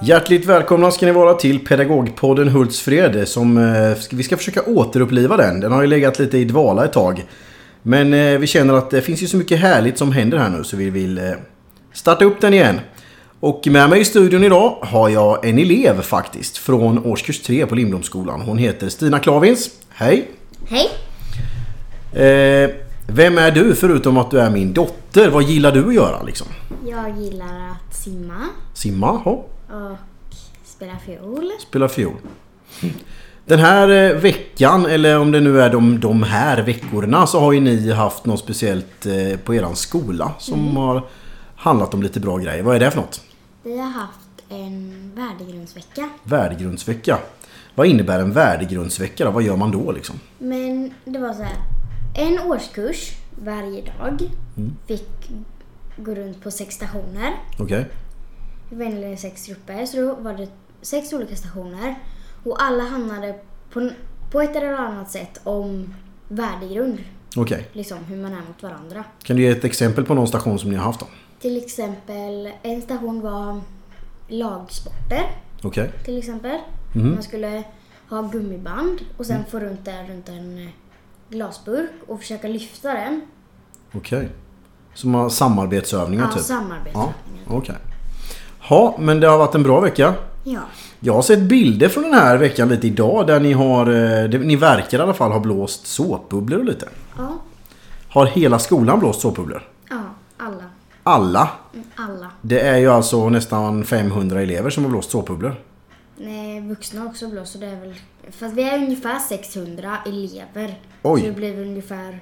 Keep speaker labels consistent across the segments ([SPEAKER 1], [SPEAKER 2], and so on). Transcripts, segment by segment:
[SPEAKER 1] Hjärtligt välkomna ska ni vara till Pedagogpodden Hultsfred som eh, ska- vi ska försöka återuppliva den. Den har ju legat lite i dvala ett tag. Men eh, vi känner att det finns ju så mycket härligt som händer här nu så vi vill eh, starta upp den igen. Och med mig i studion idag har jag en elev faktiskt från årskurs 3 på Lindblomsskolan. Hon heter Stina Klavins. Hej!
[SPEAKER 2] Hej!
[SPEAKER 1] Eh, vem är du förutom att du är min dotter? Vad gillar du att göra liksom?
[SPEAKER 2] Jag gillar att simma
[SPEAKER 1] Simma? Ja.
[SPEAKER 2] och spela fiol.
[SPEAKER 1] Spela fiol. Den här eh, veckan, eller om det nu är de, de här veckorna, så har ju ni haft något speciellt eh, på eran skola som har handlat om lite bra grejer. Vad är det för något?
[SPEAKER 2] Vi har haft en värdegrundsvecka.
[SPEAKER 1] Värdegrundsvecka. Vad innebär en värdegrundsvecka då? Vad gör man då liksom?
[SPEAKER 2] Men det var så här. En årskurs varje dag fick gå runt på sex stationer.
[SPEAKER 1] Okej?
[SPEAKER 2] Vi var indelade i sex grupper så då var det sex olika stationer. Och alla handlade på, på ett eller annat sätt om värdegrund.
[SPEAKER 1] Okej.
[SPEAKER 2] Liksom hur man är mot varandra.
[SPEAKER 1] Kan du ge ett exempel på någon station som ni har haft då?
[SPEAKER 2] Till exempel en station var lagsporter.
[SPEAKER 1] Okej?
[SPEAKER 2] till exempel.
[SPEAKER 1] Mhm.
[SPEAKER 2] Man skulle ha gummiband och sen få runt det runt en eh, glasburk och försöka lyfta den.
[SPEAKER 1] Okej. Som har samarbetsövningar
[SPEAKER 2] Ja,
[SPEAKER 1] typ?
[SPEAKER 2] samarbete.
[SPEAKER 1] Ja, okej. Ja, men det har varit en bra vecka.
[SPEAKER 2] Ja.
[SPEAKER 1] Jag har sett bilder från den här veckan lite idag där ni har, eh, det- ni verkar i alla fall ha blåst såpbubblor och lite.
[SPEAKER 2] Ja.
[SPEAKER 1] Har hela skolan blåst såpbubblor?
[SPEAKER 2] ja, alla.
[SPEAKER 1] Alla?
[SPEAKER 2] Mm, Alla.
[SPEAKER 1] Det är ju alltså nästan 500 elever som har blåst såpbubblor.
[SPEAKER 2] Nej, vuxna har också blåst så det är väl... Fast vi är ungefär 600 elever.
[SPEAKER 1] Oj.
[SPEAKER 2] Så det blir väl ungefär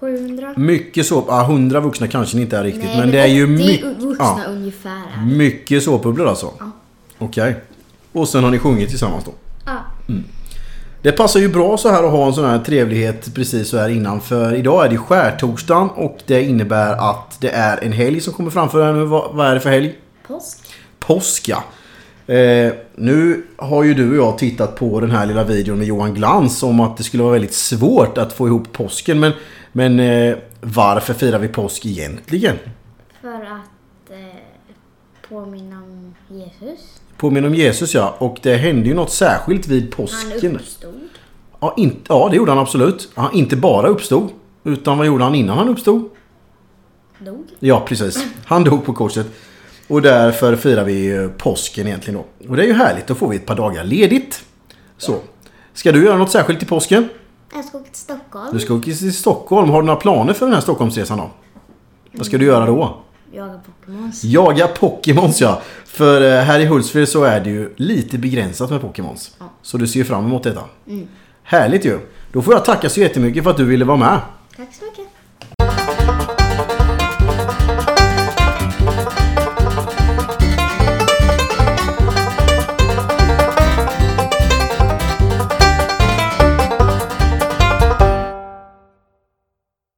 [SPEAKER 2] 700.
[SPEAKER 1] Mycket såp... Ja, 100 vuxna kanske ni inte är riktigt,
[SPEAKER 2] Nej,
[SPEAKER 1] men det är ju
[SPEAKER 2] 80
[SPEAKER 1] mycket...
[SPEAKER 2] vuxna
[SPEAKER 1] Ja, Mm.
[SPEAKER 2] ungefär. är.
[SPEAKER 1] mycket såpbubblor alltså?
[SPEAKER 2] Ja.
[SPEAKER 1] Okej. Och sen har ni sjungit tillsammans då?
[SPEAKER 2] Ja.
[SPEAKER 1] Mm. Det passar ju bra så här att ha en sån här trevlighet precis så här innan för idag är det skärtorsdagen och det innebär att det är en helg som kommer framför er nu. Vad, vad är det för helg?
[SPEAKER 2] Påsk.
[SPEAKER 1] Påska. Eh, nu har ju du och jag tittat på den här lilla videon med Johan Glans om att det skulle vara väldigt svårt att få ihop påsken men, men eh, varför firar vi påsk egentligen?
[SPEAKER 2] För att eh, påminna om Jesus.
[SPEAKER 1] Påminner om Jesus ja och det hände ju något särskilt vid
[SPEAKER 2] Han
[SPEAKER 1] påsken.
[SPEAKER 2] uppstod.
[SPEAKER 1] Ja, inte, ja det gjorde han absolut. Han inte bara uppstod utan vad gjorde han innan han uppstod?
[SPEAKER 2] Dog.
[SPEAKER 1] Ja, precis. Han dog på korset. Och därför firar vi ju påsken egentligen då. Och det är ju härligt, då får vi ett par dagar ledigt. Så. Ska du göra något särskilt till påsken?
[SPEAKER 2] Jag ska åka till Stockholm.
[SPEAKER 1] Du ska åka till Stockholm. Har du några planer för den här Stockholmsresan då? Vad ska du göra då?
[SPEAKER 2] Jaga Pokémons.
[SPEAKER 1] Jaga Pokémons ja! För eh, här i Hultsfred så är det ju lite begränsat med Pokémons. Så du ser ju fram emot detta. Härligt ju! Då får jag tacka så jättemycket för att du ville vara med.
[SPEAKER 2] Tack så mycket.